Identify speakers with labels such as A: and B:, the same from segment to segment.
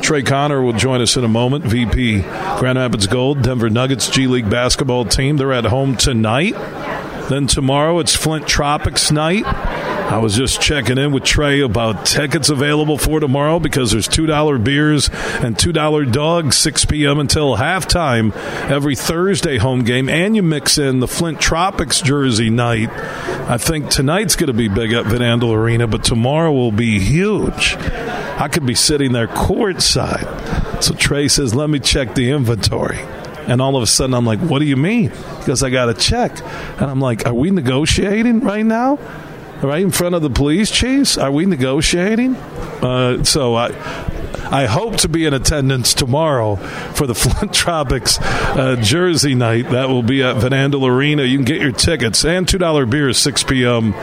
A: Trey Connor will join us in a moment. VP Grand Rapids Gold, Denver Nuggets G League basketball team. They're at home tonight. Then tomorrow it's Flint Tropics night. I was just checking in with Trey about tickets available for tomorrow because there's $2 beers and $2 dogs 6 p.m. until halftime every Thursday home game. And you mix in the Flint Tropics jersey night. I think tonight's going to be big at Van Andel Arena, but tomorrow will be huge. I could be sitting there courtside. So Trey says, let me check the inventory. And all of a sudden, I'm like, what do you mean? Because I got to check. And I'm like, are we negotiating right now? Right in front of the police chiefs? Are we negotiating? Uh, so I. I hope to be in attendance tomorrow for the Flint Tropics uh, Jersey night. That will be at Van Andel Arena. You can get your tickets and two dollar beers six p.m.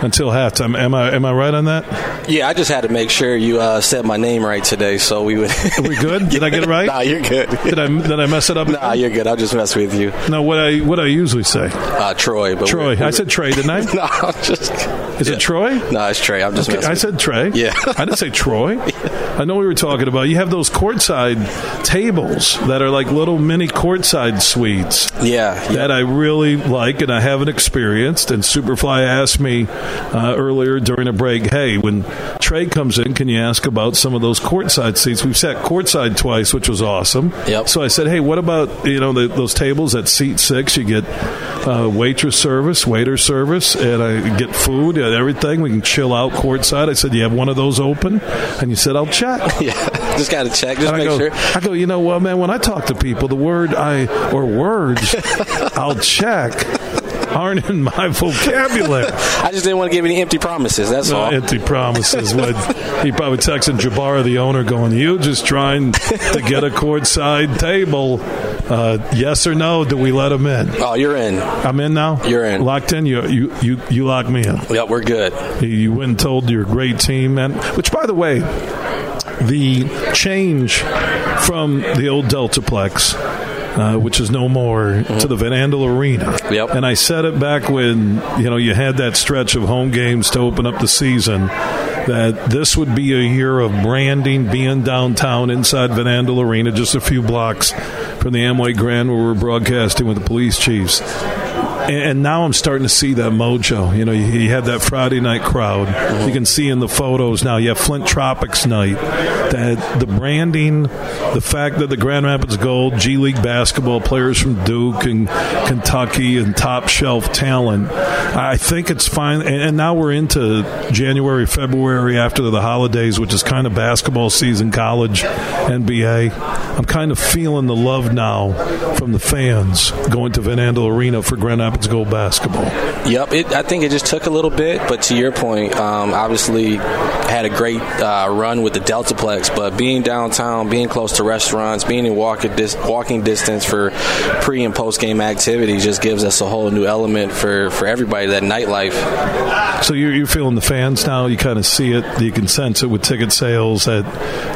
A: until halftime. Am I am I right on that?
B: Yeah, I just had to make sure you uh, said my name right today, so we would.
A: Are we good? Did I get it right?
B: nah, you're good.
A: Did I did I mess it up?
B: Nah, you're good. I'll just mess with you,
A: No, what I what I usually say,
B: uh, Troy. But
A: Troy. I said Trey, didn't I?
B: no, I'm just.
A: Is it Troy?
B: No, it's Trey. I'm just.
A: Okay,
B: messing
A: I
B: with
A: said Trey.
B: Yeah.
A: I didn't say Troy. I know we were talking about. You have those courtside tables that are like little mini courtside suites
B: you. Yeah, yeah.
A: that I really like and I haven't experienced. And Superfly asked me uh, earlier during a break, hey, when Trey comes in, can you ask about some of those courtside seats? We've sat courtside twice, which was awesome.
B: Yep.
A: So I said, hey, what about you know the, those tables at seat six? You get uh, waitress service, waiter service, and I get food and everything. We can chill out courtside. I said, you have one of those open, and you said, I'll check.
B: yeah. Just gotta check. Just
A: And I
B: make
A: go,
B: sure.
A: I go, you know what, man, when I talk to people, the word I or words I'll check aren't in my vocabulary.
B: I just didn't want to give any empty promises. That's
A: No
B: all.
A: empty promises. What he probably texting Jabara, the owner, going, "You just trying to get a courtside table? Uh, yes or no? Do we let him in?
B: oh, you're in.
A: I'm in now.
B: You're in.
A: Locked in. You you you you lock me in.
B: Yep, we're good.
A: You went and told your great team, and which, by the way, the change from the old Deltaplex. Uh, which is no more to the Van Andel Arena.
B: Yep.
A: And I said it back when you know you had that stretch of home games to open up the season that this would be a year of branding, being downtown inside Van Andel Arena, just a few blocks from the Amway Grand where we're broadcasting with the police chiefs. And, and now I'm starting to see that mojo. You know, you, you had that Friday night crowd. You can see in the photos now. You have Flint Tropics night. That the branding, the fact that the Grand Rapids Gold, G League basketball players from Duke and Kentucky and top shelf talent. I think it's fine. And, and now we're into January, February after the holidays, which is kind of basketball season, college, NBA. I'm kind of feeling the love now from the fans going to Van Andel Arena for Grand Rapids Gold basketball.
B: Yep, it, I think it just took a little bit, but to your point, um, obviously had a great uh, run with the Deltaplex. But being downtown, being close to restaurants, being in walking dis- walking distance for pre and post game activity just gives us a whole new element for, for everybody that nightlife.
A: So you're, you're feeling the fans now. You kind of see it. You can sense it with ticket sales that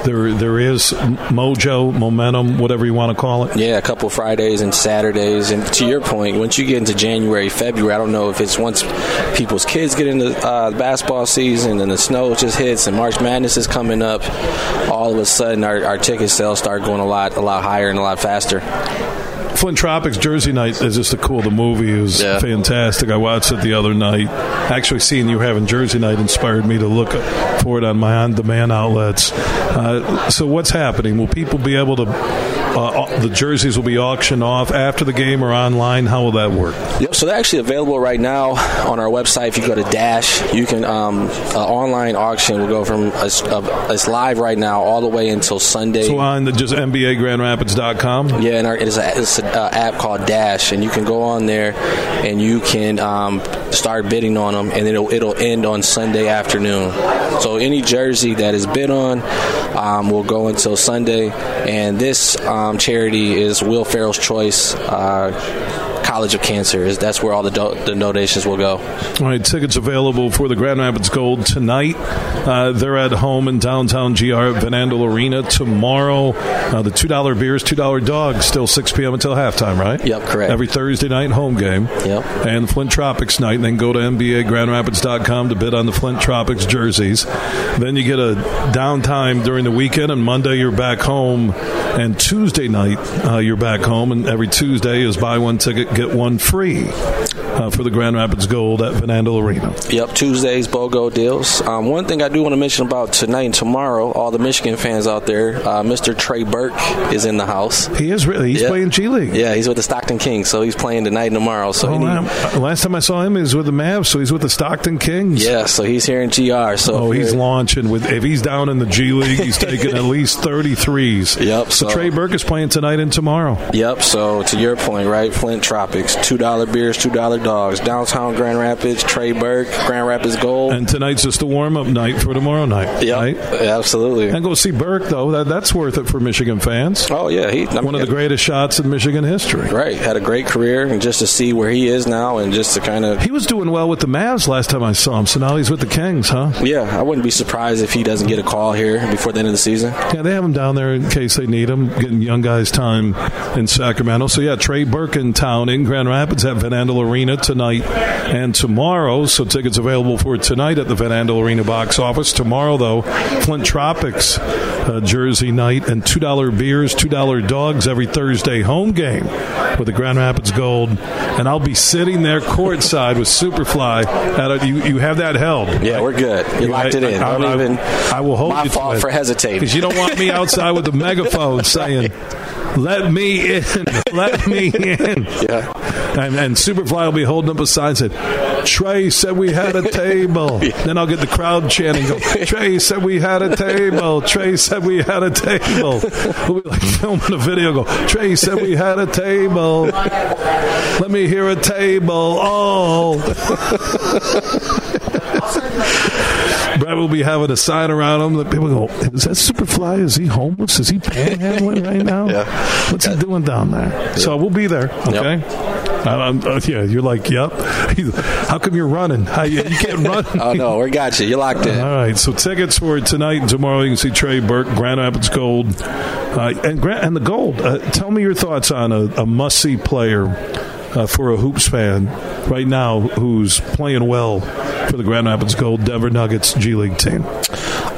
A: there there is mojo, momentum, whatever you want to call it.
B: Yeah, a couple Fridays and Saturdays. And to your point, once you get into January, February, I don't know if it's once people's kids get into uh, the basketball season and the snow just hits and March Madness is coming up, all of a sudden our, our ticket sales start going a lot, a lot higher and a lot faster.
A: Flint Tropics Jersey Night is just a cool. The movie is
B: Yeah.
A: fantastic. I watched it the other night. Actually, seeing you having Jersey Night inspired me to look for it on my on-demand outlets. Uh, so, what's happening? Will people be able to? Uh, the jerseys will be auctioned off after the game or online. How will that work?
B: Yep, so they're actually available right now on our website. If you go to Dash, you can um, uh, online auction will go from it's, uh, it's live right now all the way until Sunday.
A: So on the just NBAGrandRapids.com.
B: Yeah, and our, it's a it's an uh, app called Dash, and you can go on there and you can um, start bidding on them, and it'll it'll end on Sunday afternoon. So any jersey that is bid on um, will go until Sunday, and this um, charity is Will Ferrell's Choice. Uh, College of Cancer. Is that's where all the do- the donations will go.
A: All right, tickets available for the Grand Rapids Gold tonight. Uh, they're at home in downtown GR at Van Andel Arena tomorrow. Uh, the $2 beers, $2 dogs, still 6 p.m. until halftime, right?
B: Yep, correct.
A: Every Thursday night home game.
B: Yep.
A: And Flint Tropics night. And then go to NBAGrandRapids.com to bid on the Flint Tropics jerseys. Then you get a downtime during the weekend, and Monday you're back home, and Tuesday night uh, you're back home, and every Tuesday is buy one ticket, get one free uh, for the Grand Rapids Gold at Van Andel Arena.
B: Yep, Tuesdays BOGO deals. Um, one thing I do want to mention about tonight and tomorrow, all the Michigan fans out there, uh, Mr. Trey Burke is in the house.
A: He is really, he's
B: Yeah.
A: playing G League.
B: Yeah, he's with the Stockton Kings, so he's playing tonight and tomorrow. So
A: Oh,
B: any-
A: man. Last time I saw him, he was with the Mavs, so he's with the Stockton Kings.
B: yeah, so he's here in GR. So
A: Oh,
B: if
A: he's
B: you're-
A: launching with. If he's down in the G League, he's taking at least 33s.
B: Yep,
A: So,
B: so-
A: Trey Burke is playing tonight and tomorrow.
B: Yep. So to your point, right? Flint Tropics, two dollar beers, two dollar dogs. Downtown Grand Rapids, Trey Burke, Grand Rapids Gold.
A: And tonight's just a warm up night for tomorrow night.
B: yep,
A: Right?
B: absolutely.
A: And go see Burke, though. That, that's worth it for Michigan fans.
B: oh yeah, he I mean,
A: One of the greatest shots in Michigan history.
B: right had a great career, and just to see where he is now, and just to kind of
A: He was doing well with the Mavs last time I saw him, so now he's with the Kings, huh?
B: yeah, I wouldn't be surprised if he doesn't get a call here before the end of the season.
A: Yeah, they have him down there in case they need him, getting young guys time in Sacramento. So, yeah, Trey Burke in town in Grand Rapids at Van Andel Arena tonight and tomorrow. So, tickets available for tonight at the Van Andel Arena box office. Tomorrow, though, Flint Tropics uh, jersey night and $2 beers, $2 dogs every Thursday home game with the Grand Rapids Gold. And I'll be sitting there courtside with Superfly. At a, you, you have that held.
B: Yeah, we're good. You locked it in.
A: I,
B: Don't
A: I-
B: even.
A: I will hold
B: my
A: you to
B: fault
A: it.
B: for hesitating.
A: Because you don't want me outside with a megaphone saying, let me in, let me in.
B: Yeah.
A: And, and Superfly will be holding up a sign that said, Trey said we had a table. Then I'll get the crowd chanting, go, Trey said we had a table. Trey said we had a table. We'll be like filming a video, go, Trey said we had a table. Let me hear a table. Oh. Brad will be having a sign around him that people go, Is that Superfly? Is he homeless? Is he panhandling right now?
B: Yeah.
A: What's he doing down there? So we'll be there, okay? I- I'm- uh, yeah, you're like, Yep. He's- How come you're running? How, you, you can't run.
B: Oh no, we got you. You locked in.
A: All right, so tickets for tonight and tomorrow. You can see Trey Burke, Grand Rapids Gold, uh, and Gra- and the Gold. Uh, tell me your thoughts on a, a must-see player uh, for a hoops fan right now who's playing well for the Grand Rapids Gold Denver Nuggets G League team.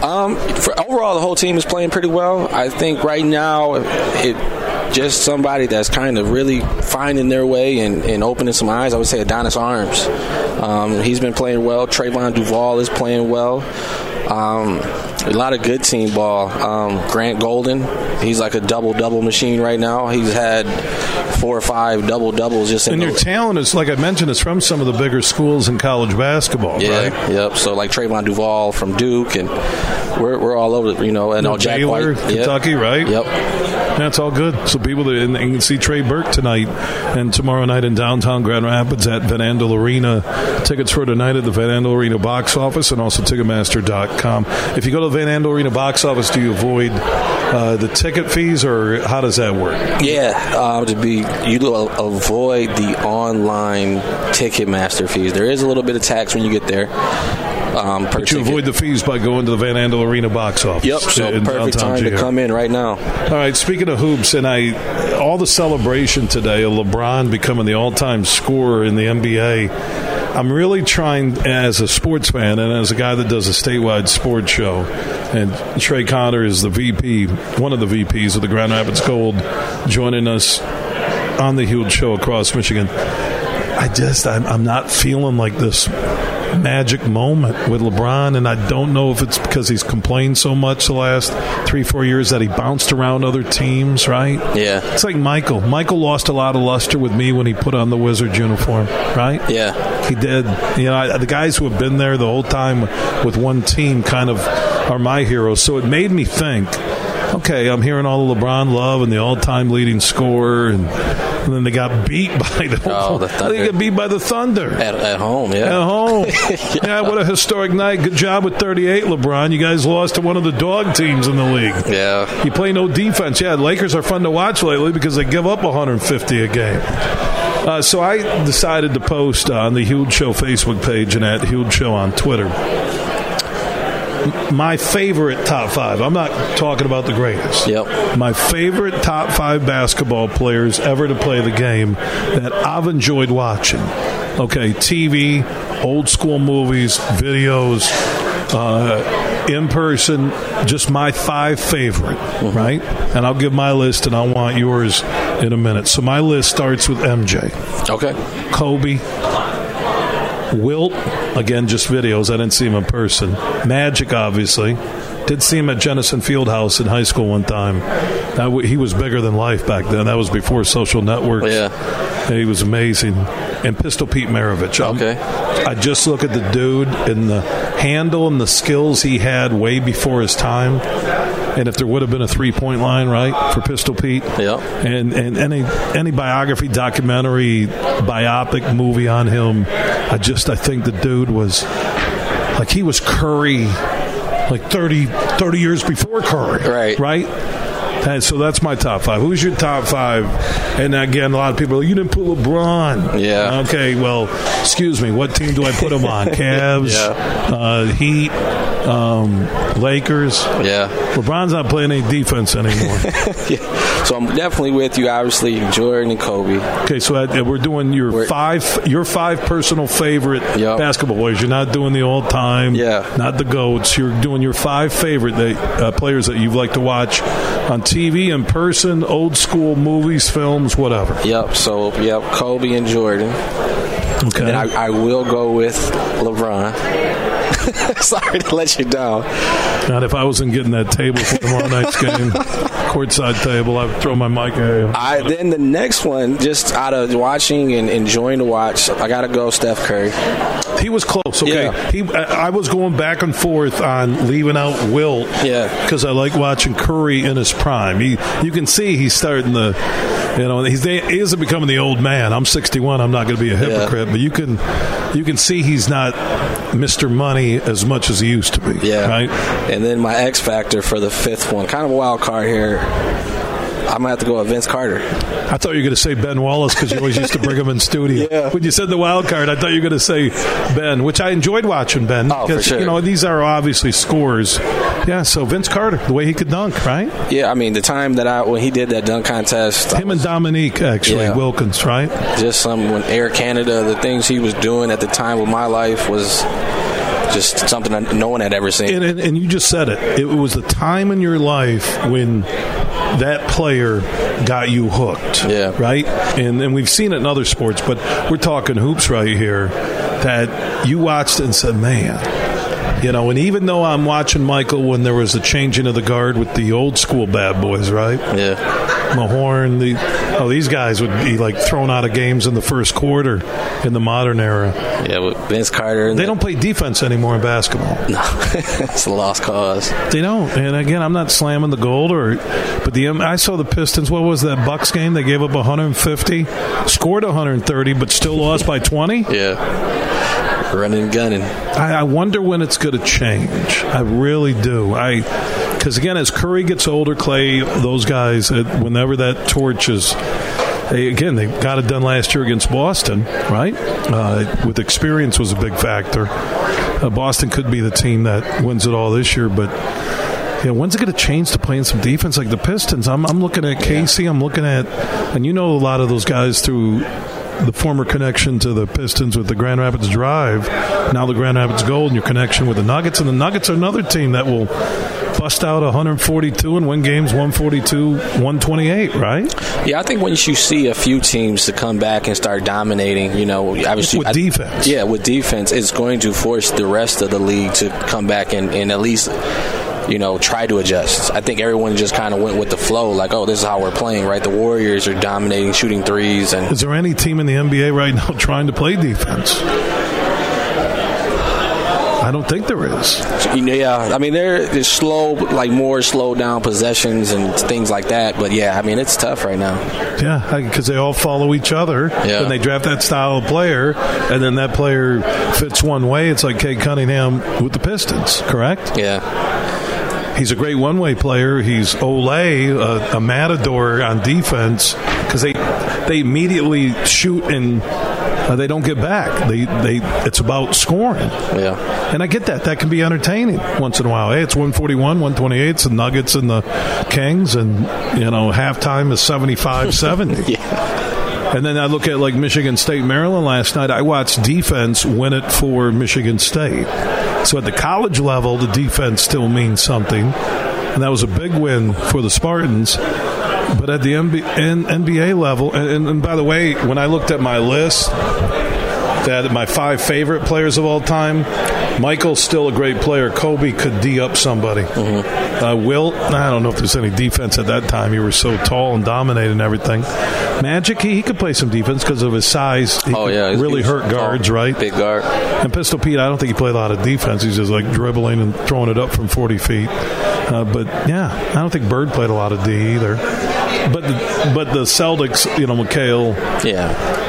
B: Um, for overall, the whole team is playing pretty well. I think right now, it just somebody that's kind of really finding their way and, and opening some eyes. I would say Adonis Arms. Um, he's been playing well. Trayvon Duval is playing well. Um, a lot of good team ball. Um, Grant Golden, he's like a double double machine right now. He's had four or five double doubles just in
A: And
B: the
A: your talent is, like I mentioned, is from some of the bigger schools in college basketball,
B: Yeah,
A: right?
B: yep. So like Trayvon Duval from Duke, and we're, we're all over, the- you know, and all Oh, Jack
A: Baylor,
B: White, Yep.
A: Kentucky, right?
B: Yep.
A: That's all good. So people that and, and you can see Trey Burke tonight and tomorrow night in downtown Grand Rapids at Van Andel Arena. Tickets for tonight at the Van Andel Arena box office and also Ticketmaster.com. If you go to the Van Andel Arena box office, do you avoid uh, the ticket fees or how does that work?
B: Yeah, um, to be you do a- avoid the online Ticketmaster fees. There is a little bit of tax when you get there. Um, per
A: But you
B: ticket.
A: avoid the fees by going to the Van Andel Arena box office.
B: Yep. So
A: in
B: perfect
A: downtown
B: time to
A: GR.
B: come in right now.
A: All right. Speaking of hoops, and I, all the celebration today of LeBron becoming the all-time scorer in the NBA. I'm really trying, as a sports fan and as a guy that does a statewide sports show, and Trey Connor is the VP, one of the VPs of the Grand Rapids Gold, joining us on the huge show across Michigan. I just, I'm, I'm not feeling like this magic moment with LeBron, and I don't know if it's because he's complained so much the last three, four years that he bounced around other teams, right?
B: Yeah.
A: It's like Michael. Michael lost a lot of luster with me when he put on the Wizards uniform, right?
B: Yeah.
A: He did. You know, I, the guys who have been there the whole time with one team kind of are my heroes. So it made me think. Okay, I'm hearing all the LeBron love and the all-time leading scorer, and, and then they got beat by the.
B: Oh, the
A: They
B: Thunder.
A: got beat by the Thunder
B: At, at home.
A: at
B: Yeah.
A: home. yeah, what a historic night. Good job with 38, LeBron. You guys lost to one of the dog teams in the league.
B: Yeah.
A: You play no defense. Yeah, Lakers are fun to watch lately because they give up 150 a game. Uh, so I decided to post on the Huge Show Facebook page and at Huge Show on Twitter my favorite top five. I'm not talking about the greatest.
B: Yep.
A: My favorite top five basketball players ever to play the game that I've enjoyed watching. Okay, TV, old school movies, videos, uh, in person, just my five favorite, right? And I'll give my list and I want yours in a minute. So my list starts with MJ.
B: Okay.
A: Kobe, Wilt, again, just videos. I didn't see him in person. Magic, obviously. Did see him at Jennison Fieldhouse in high school one time. That w- he was bigger than life back then. That was before social networks.
B: Oh, Yeah.
A: And he was amazing. And Pistol Pete Maravich. Um,
B: Okay.
A: I just look at the dude and the handle and the skills he had way before his time. And if there would have been a three point line, right, for Pistol Pete,
B: Yep.
A: and and any any biography, documentary, biopic movie on him, I just I think the dude was like he was Curry, like 30, 30 years before Curry,
B: Right.
A: Right. And so that's my top five. Who's your top five? And again, a lot of people, are, you didn't put LeBron.
B: Yeah.
A: Okay. Well, excuse me. What team do I put him on? Cavs,
B: Yeah.
A: uh, Heat, um, Lakers.
B: Yeah.
A: LeBron's not playing any defense anymore.
B: yeah. So I'm definitely with you. Obviously, Jordan and Kobe.
A: Okay, so uh, we're doing your
B: We're-
A: five, your five personal favorite
B: Yep.
A: basketball players. You're not doing the all time,
B: Yeah.
A: not the goats. You're doing your five favorite that, uh, players that you've liked to watch on TV, in person, old school movies, films, whatever.
B: Yep. So yep, Kobe and Jordan.
A: Okay,
B: And I, I will go with LeBron. Sorry to let you down.
A: not if I wasn't getting that table for tomorrow night's game, courtside table, I'd throw my mic at you.
B: I then the next one, just out of watching and enjoying to watch, I gotta go Steph Curry.
A: He was close. Okay,
B: Yeah.
A: he. I I was going back and forth on leaving out Wilt.
B: Yeah.
A: because I like watching Curry in his prime. He, you can see he's starting the, you know, he's he isn't becoming the old man. I'm 61. I'm not going to be a hypocrite, but you can, you can see he's not Mr. Money as much as he used to be.
B: Yeah.
A: right.
B: And then my X factor for the fifth one, kind of a wild card here. I'm gonna have to go with Vince Carter.
A: I thought you were going to say Ben Wallace because you always used to bring him in studio.
B: Yeah.
A: When you said the wild card, I thought you were going to say Ben, which I enjoyed watching Ben.
B: Oh, for
A: because,
B: sure.
A: You know, these are obviously scores. Yeah, so Vince Carter, the way he could dunk, right?
B: Yeah, I mean the time that I when he did that dunk contest,
A: Him and Dominique, actually,
B: Yeah.
A: Wilkins, right?
B: just some when Air Canada, the things he was doing at the time with my life was just something that no one had ever seen.
A: And, and, and you just said it. It was the time in your life when that player got you hooked.
B: Yeah.
A: Right? And, and we've seen it in other sports, but we're talking hoops right here that you watched and said, man, you know, and even though I'm watching Michael when there was a changing of the guard with the old school bad boys, right?
B: yeah.
A: Mahorn, the oh, these guys would be like thrown out of games in the first quarter in the modern era.
B: Yeah, with Vince Carter. And
A: They don't play defense anymore in basketball.
B: No, it's a lost cause.
A: They don't. And again, I'm not slamming the gold or, but the um, I saw the Pistons. What was that Bucks game? They gave up 150, scored 130, but still lost by 20.
B: Yeah. Running and gunning.
A: I, I wonder when it's going to change. I really do. I because again, as Curry gets older, Clay, those guys, uh, whenever that torch is. They, again, they got it done last year against Boston, right? Uh, with experience was a big factor. Uh, Boston could be the team that wins it all this year, but yeah, when's it going to change to playing some defense like the Pistons? I'm, I'm looking at Casey. I'm looking at, and you know a lot of those guys through the former connection to the Pistons with the Grand Rapids Drive, now the Grand Rapids Gold, and your connection with the Nuggets. And the Nuggets are another team that will bust out 142 and win games 142, 128, right?
B: Yeah, I think once you see a few teams to come back and start dominating, you know, obviously
A: With
B: I-
A: defense.
B: Yeah, with defense, it's going to force the rest of the league to come back and, and at least, you know, try to adjust. I think everyone just kind of went with the flow, like, oh, this is how we're playing, right? The Warriors are dominating, shooting threes, and
A: Is there any team in the NBA right now trying to play defense? I don't think there is.
B: you know, yeah, I mean, they're, they're slow, like more slow down possessions and things like that. But yeah, I mean, it's tough right now.
A: Yeah, because they all follow each other.
B: Yeah.
A: When they draft that style of player, and then that player fits one way, it's like Kate Cunningham with the Pistons, correct?
B: Yeah.
A: he's a great one way player. He's Olay, a, a matador on defense, because they they immediately shoot and uh, they don't get back. They they it's about scoring.
B: Yeah.
A: And I get that. That can be entertaining once in a while. Hey, it's 141, 128. It's the Nuggets and the Kings, and, you know, halftime is 75 70. And then I look at like Michigan State, Maryland last night. I watched defense win it for Michigan State. So at the college level, the defense still means something. And that was a big win for the Spartans. But at the MB- N- NBA level, and, and, and by the way, when I looked at my list, that my five favorite players of all time. Michael's still a great player. Kobe could D up somebody.
B: Mm-hmm.
A: Uh, Wilt, I don't know if there's any defense at that time. He was so tall and dominating everything. Magic, he, he could play some defense because of his size. He
B: Oh
A: could
B: yeah. he's-
A: really
B: he's
A: hurt guards,
B: tall,
A: right?
B: Oh, Big guard.
A: And Pistol Pete, I don't think he played a lot of defense. He's just like dribbling and throwing it up from 40 feet. Uh, but yeah, I don't think Bird played a lot of D either. But the, but the Celtics, you know, McHale,
B: Yeah.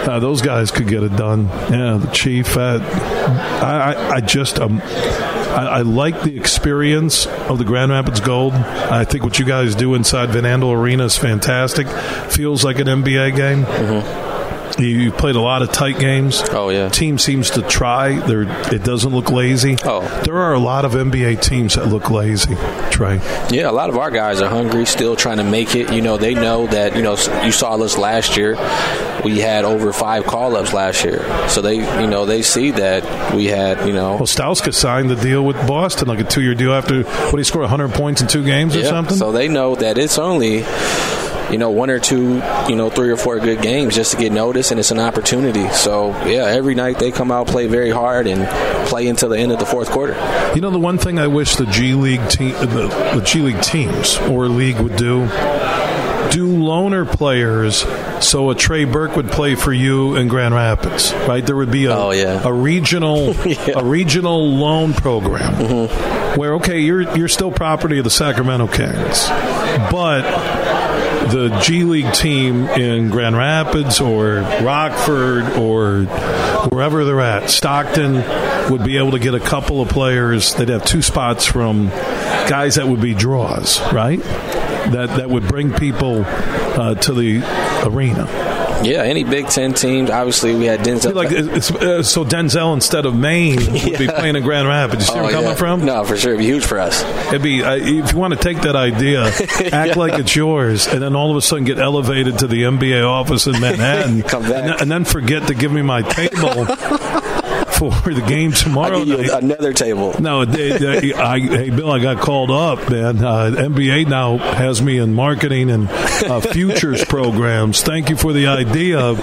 A: uh, those guys could get it done. Yeah, the chief. Uh, I, I, I just um, I, I like the experience of the Grand Rapids Gold. I think what you guys do inside Van Andel Arena is fantastic. Feels like an NBA game.
B: Mm-hmm.
A: You, you played a lot of tight games.
B: Oh yeah.
A: Team seems to try. They're, it doesn't look lazy.
B: Oh.
A: There are a lot of NBA teams that look lazy, Trey.
B: Yeah, a lot of our guys are hungry, still trying to make it. You know, they know that, you know, you saw us last year. We had over five call ups last year. So they, you know, they see that we had, you know,
A: Well, Stauskas signed the deal with Boston, like a two-year deal after, what, he scored 100 points in two games or
B: yeah,
A: something?
B: so they know that it's only, you know, one or two, you know, three or four good games just to get noticed, and it's an opportunity. So, yeah, every night they come out, play very hard, and play until the end of the fourth quarter.
A: You know the one thing I wish the G League team, the, the G League teams or league would do, do loaner players. So a Trey Burke would play for you in Grand Rapids, right? There would be a
B: Oh, yeah.
A: a regional a regional loan program where okay, you're you're still property of the Sacramento Kings, but the G League team in Grand Rapids or Rockford or wherever they're at, Stockton would be able to get a couple of players. They'd have two spots from guys that would be draws, right? That that would bring people uh, to the arena.
B: Yeah, any Big Ten teams, obviously, we had Denzel.
A: Like it's, uh, so, Denzel instead of Maine would be playing in Grand Rapids. You see where I'm coming
B: Oh, yeah.
A: from?
B: No, for sure. It'd be huge for us.
A: It'd be uh, if you want to take that idea, act like it's yours, and then all of a sudden get elevated to the MBA office in Manhattan,
B: Come back.
A: And, then, and then forget to give me my table for the game tomorrow
B: I'll give
A: night.
B: you another table.
A: No, they, they, I, hey Bill, I got called up, man. Uh, MBA now has me in marketing and uh, futures programs. Thank you for the idea. Of,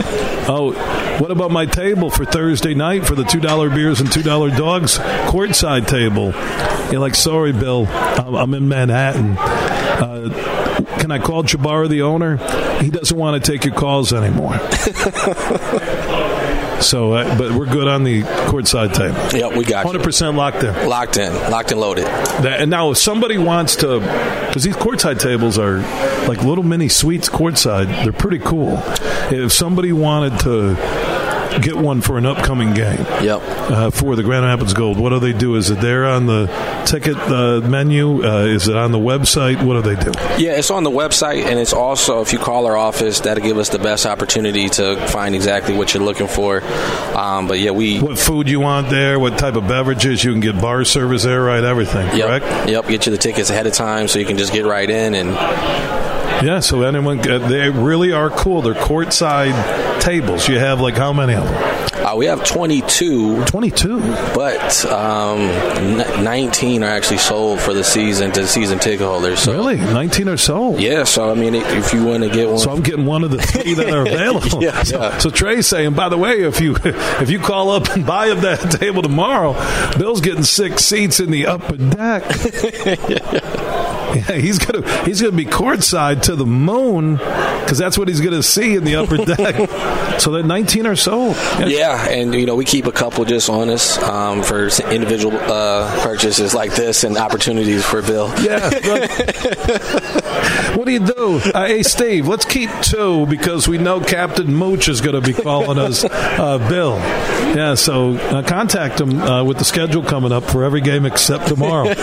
A: oh, what about my table for Thursday night for the two dollar beers and two dollar dogs courtside table? You're like, sorry, Bill, I'm, I'm in Manhattan. Uh, can I call Jabbar, the owner? He doesn't want to take your calls anymore. so, uh, but we're good on the courtside table.
B: Yep, we got you.
A: 100% locked there.
B: Locked in, locked and loaded.
A: That, and now, if somebody wants to, because these courtside tables are like little mini suites courtside, they're pretty cool. If somebody wanted to get one for an upcoming game
B: Yep.
A: uh, for the Grand Rapids Gold, what do they do? Is it there on the ticket uh, menu? Uh, is it on the website? What do they do?
B: Yeah, it's on the website, and it's also if you call our office, that'll give us the best opportunity to find exactly what you're looking for. Um, but yeah, we
A: What food you want there? What type of beverages? You can get bar service there, right? Everything,
B: yep,
A: correct?
B: yep get you the tickets ahead of time so you can just get right in and
A: Yeah, so anyone, uh, they really are cool. They're courtside tables. You have like how many of them?
B: uh, we have 22,
A: 22.
B: but um, n- 19 are actually sold for the season to season ticket holders. So
A: Really, nineteen or so.
B: yeah, so I mean, if you want to get one,
A: So I'm getting one of the three that are available.
B: Yeah,
A: so,
B: yeah.
A: so Trey's saying, by the way, if you if you call up and buy up that table tomorrow, Bill's getting six seats in the upper deck. yeah, he's gonna he's gonna be courtside to the moon because that's what he's gonna see in the upper deck. so that nineteen or so. Yeah,
B: Yeah, and you know we keep a couple just on us um, for s- individual uh, purchases like this and opportunities for Bill.
A: Yeah. look. what do you do? Uh, hey, Steve, let's keep two because we know Captain Mooch is going to be calling us uh, Bill. Yeah, so uh, contact him uh, with the schedule coming up for every game except tomorrow.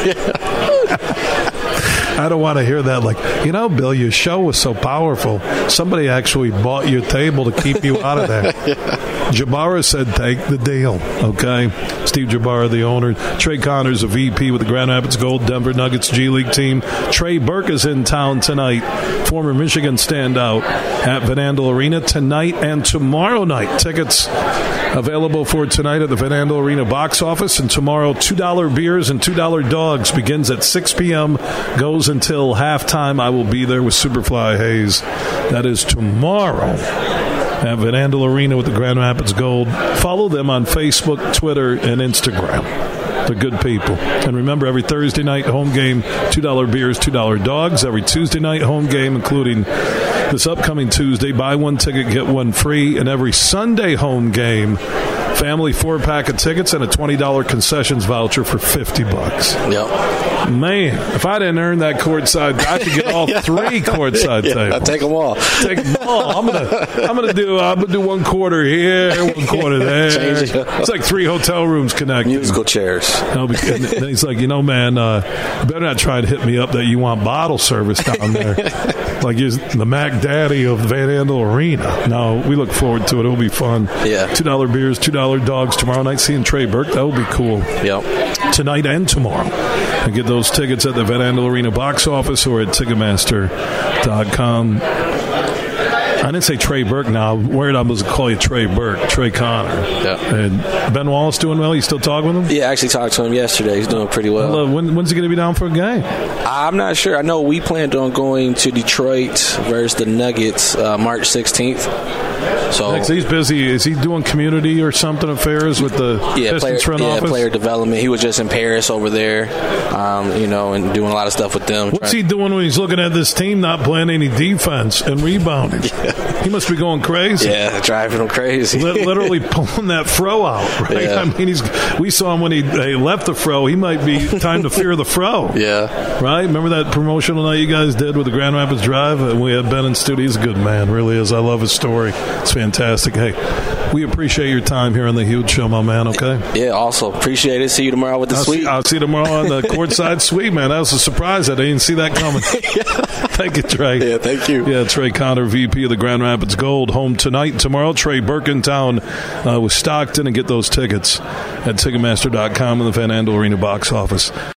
A: I don't want to hear that. Like, you know, Bill, your show was so powerful. Somebody actually bought your table to keep you out of there. Jabara said, take the deal. Okay. Steve Jabara, the owner. Trey Connors, a VP with the Grand Rapids Gold Denver Nuggets G League team. Trey Burke is in town tonight. Former Michigan standout at Van Andel Arena tonight and tomorrow night. Tickets available for tonight at the Van Andel Arena box office. And tomorrow, $2 beers and $2 dogs begins at 6 p.m., goes until halftime. I will be there with Superfly Hayes. That is tomorrow at Van Andel Arena with the Grand Rapids Gold. Follow them on Facebook, Twitter, and Instagram. They're good people. And remember, every Thursday night home game, $2 beers, $2 dogs. Every Tuesday night home game, including this upcoming Tuesday, buy one ticket, get one free. And every Sunday home game, family four pack of tickets and a $20 concessions voucher for 50 bucks.
B: Yep.
A: Man, if I didn't earn that courtside, I could get all three courtside
B: Yeah, I
A: tables
B: take them all.
A: take the ball. I'm gonna I'm gonna do uh, I'm gonna do one quarter here, one quarter there.
B: Change it up.
A: It's like three hotel rooms connected.
B: Musical chairs.
A: And I'll be- and then he's like, you know, man, uh, you better not try to hit me up that you want bottle service down there. like you're the Mac Daddy of Van Andel Arena. No, we look forward to it. It'll be fun.
B: Yeah.
A: Two dollar beers, two dollar dogs tomorrow night. Seeing Trey Burke, that will be cool
B: Yep.
A: tonight and tomorrow. And get those tickets at the Van Andel Arena box office or at Ticketmaster.com. I didn't say Trey Burke now. I'm worried I was going to call you Trey Burke, Trey Connor.
B: Yeah.
A: And Ben Wallace doing well? You still talking with him?
B: Yeah, I actually talked to him yesterday. He's doing pretty well.
A: Hello, When, when's he going to be down for a game?
B: I'm not sure. I know we planned on going to Detroit versus the Nuggets uh, March 16th. So
A: Next, he's busy. Is he doing community or something affairs with the
B: yeah, player,
A: Pistons front
B: yeah,
A: office?
B: player development. He was just in Paris over there, um, you know, and doing a lot of stuff with them.
A: What's he doing when he's looking at this team not playing any defense and rebounding? He must be going crazy.
B: Yeah, driving him crazy.
A: Li- literally pulling that fro out. Right?
B: Yeah.
A: I mean, he's we saw him when he, he left the fro. He might be time to fear the fro.
B: yeah,
A: Right? Remember that promotional night you guys did with the Grand Rapids Drive? And we had Ben in studio. He's a good man, really is. I love his story. It's fantastic. Hey, we appreciate your time here on the Huge Show, my man. Okay.
B: yeah. Also appreciate it. See you tomorrow with the
A: I'll
B: sweet.
A: See, I'll see you tomorrow on the courtside suite, man. That was a surprise. I didn't see that coming. thank you, Trey.
B: Yeah, thank you.
A: Yeah, Trey Connor, VP of the Grand Rapids Gold, home tonight. Tomorrow, Trey Birkentown uh, with Stockton, and get those tickets at Ticketmaster.com and the Van Andel Arena box office.